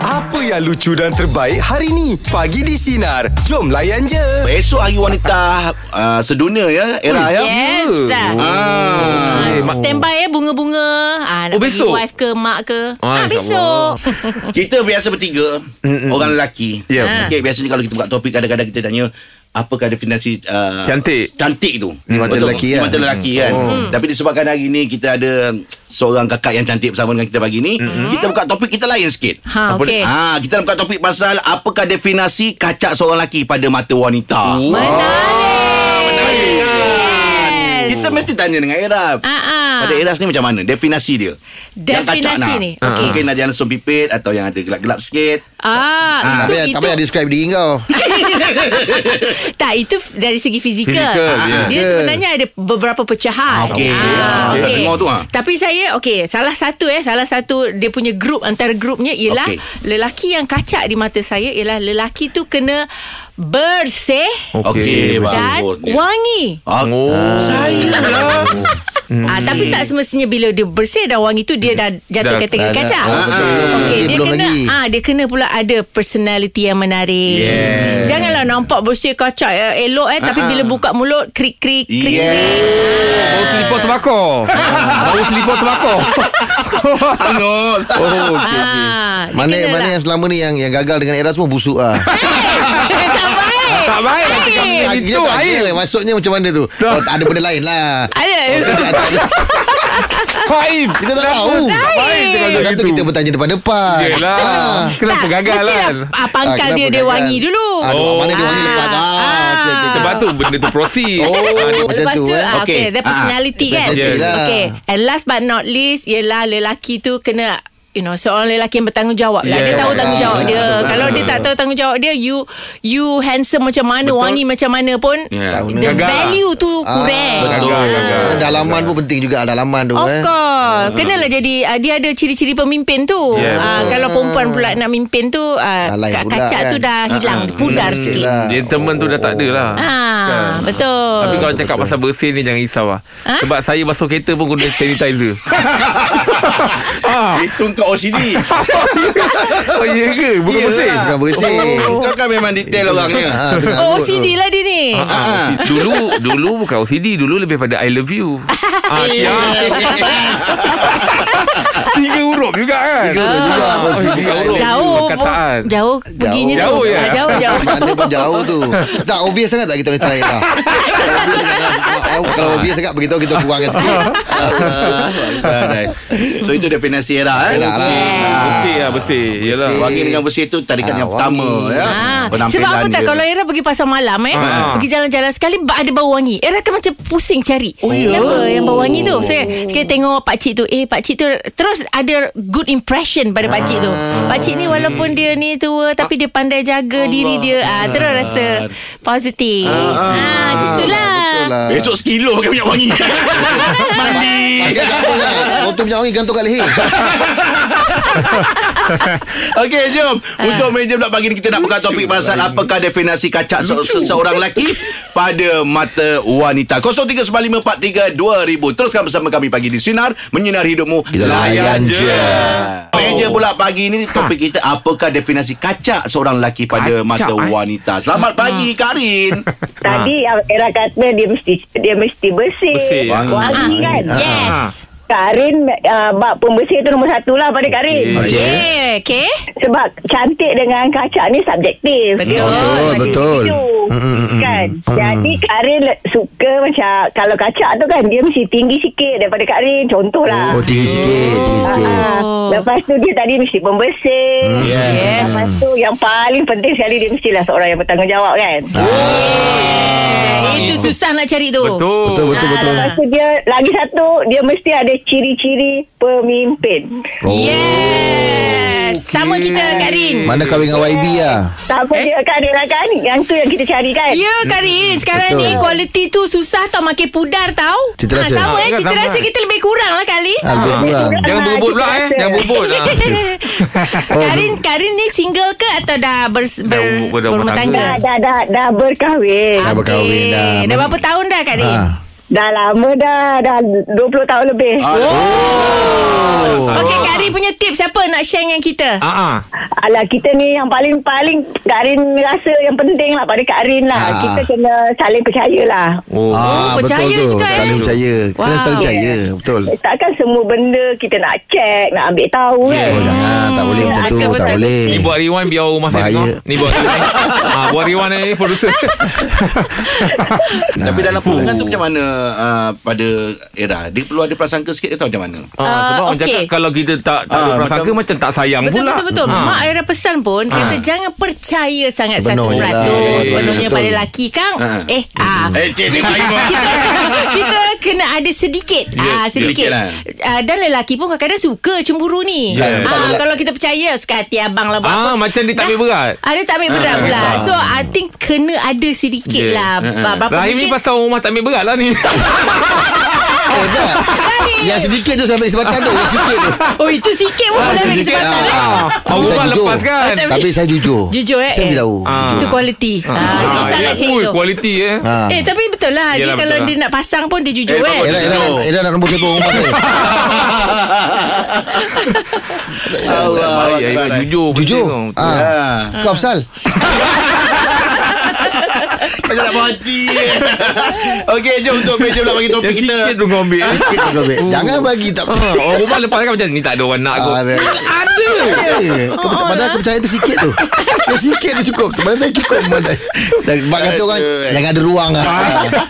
Apa yang lucu dan terbaik hari ni? Pagi di Sinar. Jom layan je. Esok hari wanita uh, sedunia ya Era ya Yes. Ah. Ah, Stand by eh bunga-bunga. Ah, nak Oh, bagi besok? wife ke mak ke. Ah, Ah, insyaAllah. besok. Kita biasa bertiga Mm-mm. Orang lelaki Ya. Ah. okay, Biasanya kalau kita buka topik Kadang-kadang kita tanya Apakah definisi uh, Cantik. Cantik tu Di mata Betul. lelaki, Di ya? mata lelaki kan Mm. oh. Tapi disebabkan hari ni Kita ada Seorang kakak yang cantik Bersama dengan kita pagi ni mm-hmm. Kita buka topik Kita lain sikit Ha, Apa okey. Ah, kita nak buka topik pasal apakah definasi kacak seorang lelaki pada mata wanita. Oh. Menarik Menarik. kan? Kita mesti tanya dengan Era. Ah, ah. Pada Eras ni macam mana? Definasi dia. yang kacak Definasi nak. ni, okey. Mungkin ada yang langsung pipit atau yang ada gelap-gelap sikit. Ah, Tak itu, payah, itu, tak payah describe diri kau tak, itu dari segi fizikal. Fizikal, Ah, ya. Dia Ya. sebenarnya ada beberapa pecahan. Okey. Ah, tak dengar tu, ah. Tapi saya, okey, salah satu eh, salah satu dia punya grup, antara grupnya ialah Okey. lelaki yang kacak di mata saya ialah lelaki tu kena bersih Okey, bagus. dan Bagusnya. wangi. Ah, Oh. Saya lah. Hmm. Ah, tapi tak semestinya bila dia bersih dan wangi tu dia dah jatuh Dah- kategori Hmm. dah- kacak. dah- betul. Okey, Dia dia belum kena lagi. ah dia kena pula ada personality yang menarik. Yeah. Janganlah nampak bersih kacak eh, elok eh tapi Ah. bila buka mulut krik krik krik. Yeah. Bau selipar terbakar Bau selipar terbakar Anus. Oh okey Ah, dia Mana kena mana lah. yang selama ni yang yang gagal dengan era semua busuk ah. tak baik. Tak baik lah cakap Baik. macam Kita itu tak Aim kira lah, maksudnya macam mana tu. Oh, tak ada benda lain lah. Ada. Aim Kita tak tahu. Tak baik cakap macam Satu itu kita bertanya depan-depan. Yelah Ah. Kenapa Tak, gagal mestilah, lah Ah, pangkal Ah, dia kenapa dia gagal? wangi dulu. Ah, Oh. Mana dia wangi lepas. Ah, Ah. okey, okey, okey. Sebab tu benda tu proceed Oh, dia macam Lepas tu, tu eh. ah, Okey. okay. okay, Ah, personality kan. personality Yeah. lah. Okay, and last but not least ialah lelaki tu kena you know seorang lelaki yang bertanggungjawab lah. Dia Yeah. tahu Betul. tanggungjawab dia. Betul, betul, Kalau dia tak tahu tanggungjawab dia, you you handsome macam mana, Betul. wangi macam mana pun, Yeah. the Gagal lah. value tu kurang. Ah, Gagal, gagal. Ah, Betul. Ah, Dalaman pun penting juga dalaman tu Of eh. course Kenalah jadi ah, Dia ada ciri-ciri pemimpin tu Yeah, Ah, Kalau perempuan pula Nak mimpin tu ah, Ah, lain ka- pula Kacak kan. tu dah hilang Pudar sikit lah. Gentleman tu dah tak ada lah Ah, Kan? Betul Tapi kalau cakap pasal bersih ni Jangan risau lah Ha? Sebab saya basuh kereta pun Guna sanitizer ah. Itu kau OCD. Oh iya ke Bukan Yelah. bersih Bukan bersih. Oh, Kau kan memang detail Ah, orangnya. tu kan Oh rambut tu. OCD lah dia ni Ah, dulu dulu bukan OCD dulu lebih pada I love you. ah, ya. Tiga huruf juga kan. Tiga tu juga OCD. Oh, Jauh perkataan. Jauh perginya Jauh, tu ya? Ah, Jauh jauh Mana pun jauh tu Tak obvious sangat tak kita boleh try lah Kalau obvious sangat- Kalau obvious sangat Beritahu kita kurangkan sikit Ah, so itu definisi era eh. Era lah. Ah. Bersih lah bersih. Yalah. Bersih. Wangi dengan bersih tu tarikan Ah, yang pertama wangi. ya. Ah, sebab apa tak kalau Era pergi pasar malam eh Ah. pergi jalan-jalan sekali ba- ada bau wangi Era kan macam pusing cari oh, ya? siapa yang bau wangi tu saya saya tengok pak cik tu eh pak cik tu terus ada good impression pada pak cik tu pak cik ni walaupun dia ni tua tapi dia pandai jaga diri dia ah terus rasa positif ah, ah macam itulah Betul lah Besok sekilo pakai minyak wangi. Mandi. Pakai tak apa lah Botol minyak wangi gantung kat leher Okey, jom. Ah. Untuk meja pula pagi ni kita nak buka topik pasal apakah definisi kacak se- seseorang lelaki pada mata wanita. 0395432000. Teruskan bersama kami pagi di Sinar. Menyinar hidupmu. Kita layan je. Oh. Meja pula pagi ni topik kita apakah definisi kacak seorang lelaki pada Kacak, mata eh? wanita. Selamat pagi, Hmm. Karin. Tadi Era kata dia mesti dia mesti bersih. Bersih. Wangi kan? yes Ah. Karin uh, bab pembersih tu nombor satu lah pada Karin. Okey. Okay. okay. Sebab cantik dengan kacak ni subjektif. Betul. Orang Betul, bagi betul. review, Mm, mm, mm, Kan? Jadi Karin le- suka macam kalau kacak tu kan dia mesti tinggi sikit daripada Karin. Contohlah. Oh tinggi sikit Tinggi sikit Mm. Ah, lepas tu dia tadi mesti pembersih. Yeah. Yes. Lepas tu yang paling penting sekali dia mestilah seorang yang bertanggungjawab kan. Eh, itu susah nak cari tu Betul. Betul betul betul Ah, Lepas tu dia lagi satu dia mesti ada ciri-ciri pemimpin. Oh, Yes Sama kita Kak Rin Mana kahwin dengan YB lah Tak apa eh? dia kan dia lah kan yang tu yang kita cari kan. Ya Kak Rin Sekarang Eh, hmm, Betul. ni Kualiti tu susah tau Makin pudar tau Cita rasa. ha, Sama Ah, eh kan Cita sama, rasa eh. kita lebih kurang lah Kak Rin Harga Ah, kurang Jangan Nah, berebut pula kita eh. rasa. Jangan berebut. ah. Oh, Kak Rin Kak Rin ni single ke Atau dah, ber, ber, Dah ber- dah berumah tangga bertangga. Ah. Dah dah dah berkahwin. Dah berkahwin dah. Dah berapa tahun dah Kak Rin Ah. Dah lama dah Dah 20 tahun lebih Ya. Ah, Oh. Okey Kak Rin punya tips Siapa nak share dengan kita Ah ah. Alah kita ni yang paling-paling Kak Rin rasa yang penting lah pada Kak Rin lah. Ah. Kita kena saling percaya lah. Oh. Ah, betul percaya tu. juga, eh? Saling percaya. Kena Wow. saling percaya. Betul. Oh, Takkan semua benda kita nak cek, nak ambil tahu kan. Oh, jangan. Tak boleh macam tu. Betul, Tak betul. boleh. Ni buat rewind biar rumah eh. saya Bahaya. tengok. Ni buat rewind. ah, buat rewind ni producer. Nah, Tapi dalam itu lah. hubungan tu macam mana uh, pada era? Dia perlu ada prasangka sikit ke tau macam mana? Ah, sebab Ah, orang okey. cakap kalau kita tak tak ada Ah, prasangka macam- macam tak sayang Betul pula. Ah. betul betul. Ha. Mak ada pesan pun ha. kata jangan percaya sangat 100%. Sepenuhnya lah. Sepenuhnya Betul. pada lelaki Kang. Ha. Eh ah. Eh, cik, dia baik buat. kita, kita kena ada sedikit Ya, ah sedikit sedikit lah. Ah, dan lelaki pun kadang-kadang suka cemburu ni Ya, tak ah, lelaki- kalau kita percaya suka hati abang lah buat Ah, apa. macam dia tak ambil berat. ah, dia tak ambil berat pula so I think kena ada sedikit Ya. lah Ba- berapa Rahim ni mungkin- pasal rumah tak ambil berat lah ni. Eh, tak. Yang sedikit tu sampai sebatan tu. Yang sedikit tu. oh itu sikit pun Ah, boleh ambil sedikit, kesempatan eh. ah. Ah, Tapi saya rumah jujur. lepas kan. Ah, tak- Tapi saya jujur. Jujur eh Saya eh. beritahu. Ah. Itu kualiti ah, Itu Ah, sangat ya. cikgu Ui, kualiti eh. Ha. Eh tapi betul lah Dia Yelah, betul kalau lah. dia nak pasang pun Dia jujur Eh, eh bagus. Ella, Ella, Jujur. Ella nak nombor telefon rumah saya. Ah, Allah. ya, ya, Jujur. Jujur. betul tu. Ah. Kau Afsal. Macam tak puas hati eh. Okey, jom untuk meja pula bagi topik Yang kita. sikit tu kau ambil. Sikit je kau, babe. Jangan bagi tak Ah, orang rumah lepas kan macam ni tak ada orang nak aku. Ah, ada. Ada. Eh, Oh, Kau percaya, padahal kau percaya tu sikit tu Saya sikit tu cukup Sebenarnya saya cukup pandai. Dan Sebab kata orang Aduh. Jangan ada ruang lah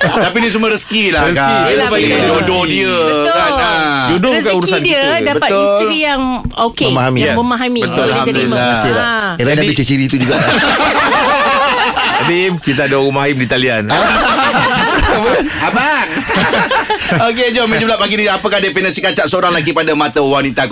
Tapi ni semua rezeki lah Rezeki. kan. Yelah, Rezeki betul. jodoh dia kan. ah. Jodoh bukan Rezeki urusan dia kita. Ya. dapat Betul. isteri yang okey, Memahami. yang Yes. memahami, Betul. boleh terima. Alhamdulillah. Terima kasih lah Ah. Era ada Jadi- ciri tu juga Rahim, kita ada rumah Rahim di talian. Ah, Abang Okey jom Meja pula pagi ni Apakah definisi kacak Seorang lelaki pada mata wanita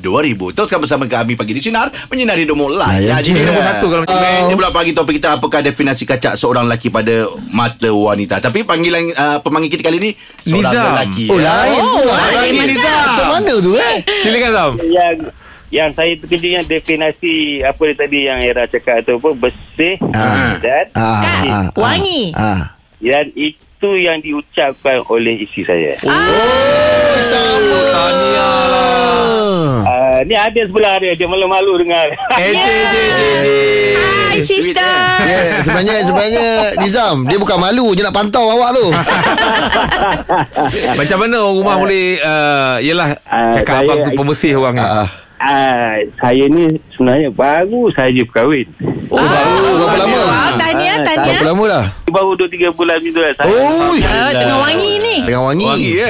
0395432000 Teruskan bersama kami Pagi di Sinar Menyinari Domo Lah Layan je. Nombor satu kalau macam ni. Meja pula pagi topik kita Apakah definisi kacak Seorang lelaki pada mata wanita Tapi panggilan uh, Pemanggil kita kali ni Seorang Nizam. lelaki Oh lain pula Abang ni Nizam. Macam mana tu eh Silakan Sam. yang yang saya terkejut yang definasi apa dia tadi yang Era cakap tu apa bersih Ah. dan Ah, Kak, ah, ah, wangi. ah. dan itu yang diucapkan oleh isteri saya. Oh. Eh, Sama Ah, ni ada sebelah dia dia malu-malu dengar. Eh, je, je, je, je. Hi sister. Ya, sebenarnya sebenarnya Nizam dia bukan malu je nak pantau awak tu. Macam mana orang rumah boleh uh, Yelah Ah, Cakap saya- abang tu pembersih orang ni Ah, ah. Ah, saya ni sebenarnya baru saja berkahwin. oh, baru berapa lama? Wow, tanya, Ah, tanya. Berapa lama dah? Baru 2 3 bulan gitu lah saya. lah. Oi, Ah, tengah wangi ni. tengah wangi. Wangi ya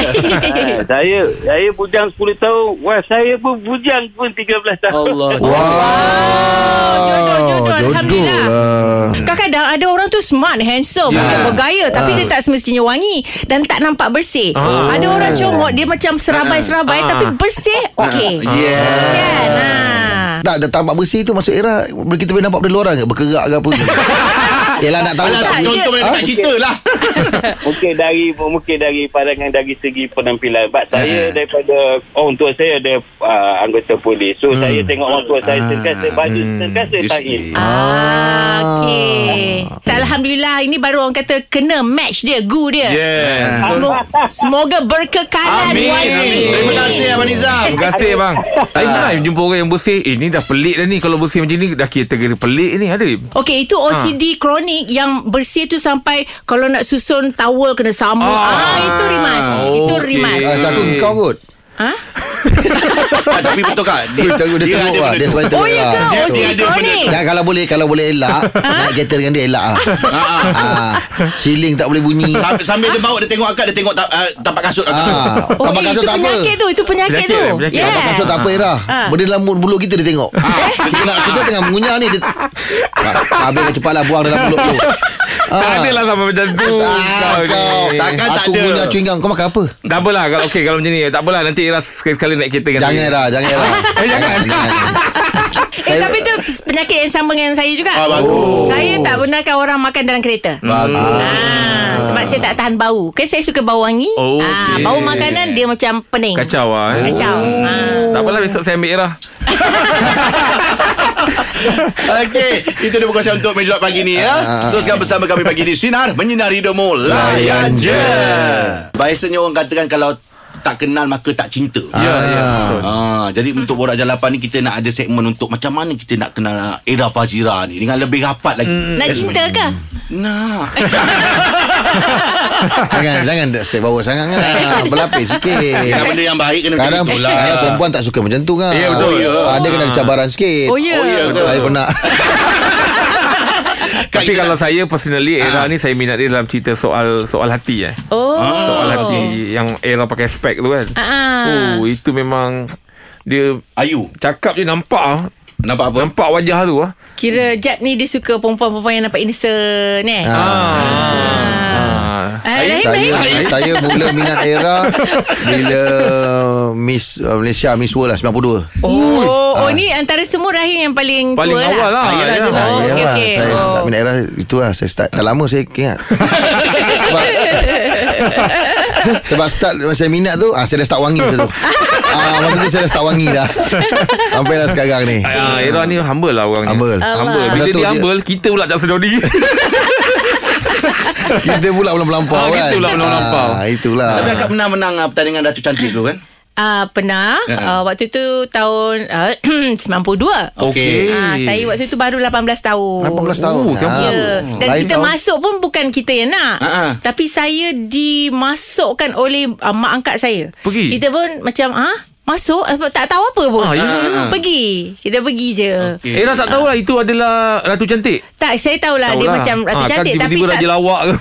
Ah, saya saya bujang 10 tahun. Wah, saya pun bujang pun 13 tahun. Allah Wow. Jodoh, jodoh, Oh, Alhamdulillah. Ah, lah. Ya. Kadang-kadang ada orang tu smart, handsome, yeah. bergaya tapi Ah. dia tak semestinya wangi dan tak nampak bersih. Ada orang comot dia macam serabai-serabai Ah. tapi bersih okey. Ah. Yeah Kan? Ha. Tak, tak nampak bersih tu masuk era boleh kita boleh nampak benda luar ke? Berkerak ke apa ke? Yelah nak tahu Alah, tak? Contoh boleh. mana dekat kita lah Mungkin dari mungkin dari pandangan dari segi penampilan. Sebab saya Ah. daripada orang tua saya ada uh, anggota polis. So saya tengok orang tua saya Hmm. Ah. sentiasa baju sentiasa Yes, sain. yes. Ah, okey. Tak, Alhamdulillah ini baru orang kata kena match dia, gu dia. Yeah Semo- Semoga berkekalan Amin wangi. Terima kasih Abang Nizam Terima kasih bang Saya pernah jumpa orang yang bersih Eh ni dah pelik dah ni Kalau bersih macam ni Dah kira kira pelik ni Ada Okey, itu OCD kronik yang bersih tu sampai kalau nak susun towel kena sama. Ah. Ah, itu rimas. Itu Okey. rimas. Ah, satu Hmm. kau kot. Ha? Ah, Tapi betul kan Dia teruk dia teruk lah. Dia sebenarnya Oh, Ha? teruk ya lah. ke? Dia- dia OCD ada kronik. Dan kalau boleh kalau boleh elak nak kereta dengan dia elak lah. Ha, ah, siling tak boleh bunyi. Sambil, sambil dia bawa Dia tengok akak Dia tengok ta, uh, tapak kasut akak. Ah, Oh, tambah eh, kasut itu tak apa. penyakit tu, itu penyakit, Penyakit, tu. penyakit. Tambah kasut tak apa Ira. Ah. Benda dalam mulut- mulut kita dia tengok. Kita, nak- kita tengah mengunyah ni dia. Ah, Habis cepatlah buang dalam mulut tu. Tak ada lah sampai macam tu Ah, kau ni. takkan tak Aku ada. punya chewing gum Kau makan apa? Tak apalah kalau okey kalau macam ni tak apalah nanti Ira sekali-sekali naik kereta dengan Jangan saya. lah Jangan lah Eh, jangan. Eh, Saya- tapi tu penyakit yang sama dengan saya juga. Ah, bagus. Saya tak benarkan orang makan dalam kereta. Bagus Ah, sebab saya tak tahan bau. Kan saya suka bau wangi. Oh, Ah, okey. bau makanan dia macam pening. Oh. Kacau lah eh. Kacau. Ah. Tak apalah besok saya ambil Ira Okey, itu dia perkongsian untuk meja pagi ni ya. Teruskan bersama kami pagi di Sinar Menyinari Hidupmu. Layan je. Biasanya orang katakan kalau tak kenal maka tak cinta. Ya, ya. betul. Ha, jadi untuk Borak Jalapan ni kita nak ada segmen untuk macam mana kita nak kenal era Fazira ni dengan lebih rapat lagi. Hmm. Nak cinta ke? Nah. Jangan Jangan step bawah sangat kan Berlapis sikit Yang Eh, benda yang baik kena macam Kadang, itulah. kadang perempuan tak suka macam tu kan Ya, betul. Oh, Ya. Ada kena ada cabaran sikit Oh, ya. Oh, ya ke? Saya pernah Tapi Kita kalau nak- saya personally era ni saya minat dia dalam cerita soal soal hati eh. Oh. Ah. Soal hati yang era pakai spek tu kan. Ah. Oh, itu memang dia Ayu, cakap je nampak ah. nampak apa? Nampak wajah tu ah. Kira Jeb ni dia suka perempuan-perempuan yang nampak innocent eh. Ah. Ah. Ah, Rahim, saya, Rahim. saya mula minat era Bila Miss uh, Malaysia Miss World lah 92 Oh, oh ni antara semua Rahim yang paling, Paling tua awal lah. lah. Yelah, Oh, Ah, okey, yelah, okey. Saya Oh. start minat era Itulah saya start Dah lama saya ingat Sebab Sebab start Saya minat tu ah, Saya dah start wangi masa tu ah, Masa tu saya dah start wangi dah Sampailah sekarang ni Ah, era ni humble lah orang Humble. ni. Humble. Allah. Bila Betul dia dia. humble, kita pula tak sedar diri. Kita pula belum melampau Ah, kan itulah belum melampau. ah, Itulah Tapi akak pernah menang ah, pertandingan Datuk Cantik dulu kan? Ah, pernah Ya. Ah, waktu tu tahun ah, 92. Okey. Ah, saya waktu tu baru 18 tahun. 18 tahun Oh, kamu. Ya. Dan Lain kita tahun. masuk pun bukan kita yang nak. Ah, Ha, ha. Tapi saya dimasukkan oleh uh, mak angkat saya. Pergi? Kita pun macam ah masuk eh, tak tahu apa pun. Ah, ya, ya, ya. Pergi. Kita pergi je. Okey. Era tak tahu lah itu adalah Ratu Cantik. Tak, saya tahulah dia Tahulah. macam ratu Ah, kan cantik tapi tiba-tiba tak Raja Lawak ke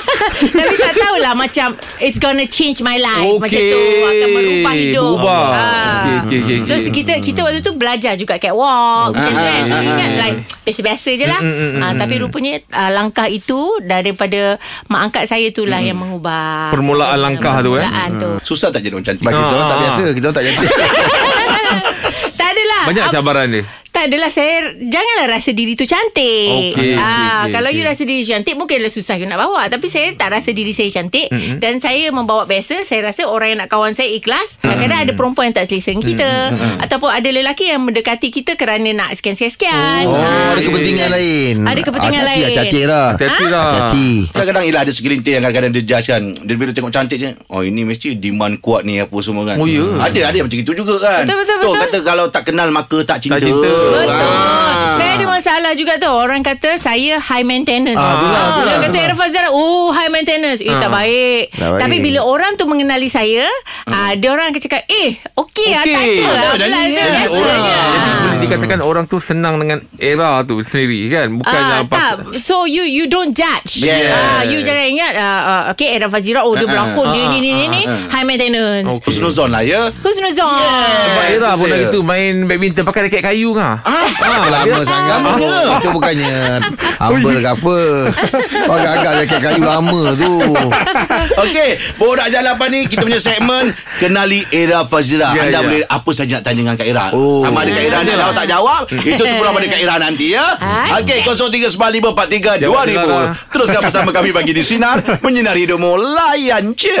Tapi tak tahulah macam It's gonna change my life okay. Macam tu Okey. Akan merubah hidup Berubah. Ah. Okey, okey, okey, So okey. Ah. kita kita waktu tu belajar juga Catwalk Macam Ah, tu kan Kita ingat like Biasa-biasa je Mm, lah Ah, Tapi rupanya ah, Langkah itu Daripada Mak angkat saya tu lah Yang mengubah Mm. Permulaan langkah tu, eh? Permulaan tu Susah tak jadi orang cantik? Sebab kita orang tak Ah. biasa Kita orang tak biasa Tak adalah Banyak Ab- cabaran dia Tak adalah saya Janganlah rasa diri tu cantik Okey, ah, okey, okey, Kalau okey. you rasa diri cantik Mungkinlah susah you nak bawa Tapi saya tak rasa diri saya cantik mm-hmm. Dan saya membawa biasa Saya rasa orang yang nak kawan saya ikhlas Kadang-kadang Mm. ada perempuan yang tak selesa dengan kita Ataupun ada lelaki yang mendekati kita Kerana nak sekian-sekian Oh, Ah, ada kepentingan lain Ada kepentingan Ah, lain. Hati-hati lah Ah. Hati-hati lah Hati Kadang-kadang ialah ada segelintir yang kadang-kadang dia judge kan. Dia bila tengok cantik je, oh ini mesti demand kuat ni apa semua kan. Oh, ya. Ada ada yang macam itu juga kan. Betul, betul, tu, betul. kata kalau tak kenal maka tak cinta. Tak cinta. Betul. Ah. Saya ada masalah juga tu. Orang kata saya high maintenance. Ah, itulah, itulah, Dia kata itulah. Era Fazara, oh high maintenance. Eh, tak baik. Tak baik. Tapi bila orang tu mengenali saya, ah, dia orang akan cakap, eh, okey lah, tak ada Okey. lah. Tak ada Belah ni, tu, eh. biasanya. Jadi Ah. boleh dikatakan orang tu senang dengan era tu sendiri kan Bukan Ah, apa tak. So you you don't judge. Yes. Ah, you jangan ingat ah, ah, okay Era Fazira oh dia berlakon dia ni ni ni ni high maintenance. Okey. Husnuzon lah ya. Husnuzon. Sebab Eh, era pun betul. dah gitu Main badminton pakai raket kayu kan Ah, Ah, lama sangat oh, Itu bukannya Humble ke apa Kau agak-agak jaket kayu lama tu Okey, borak jalapan ni kita punya segmen kenali era Fazira. Ya, Anda ya. boleh apa saja nak tanya dengan Kak Ira. Oh. Sama ada Kak Ira ni kalau tak jawab, itu terpulang pada Kak Ira nanti ya. Hai. Okey, 0395432000. Jawab dulu lah. Teruskan bersama kami bagi di sinar menyinari hidupmu layan je.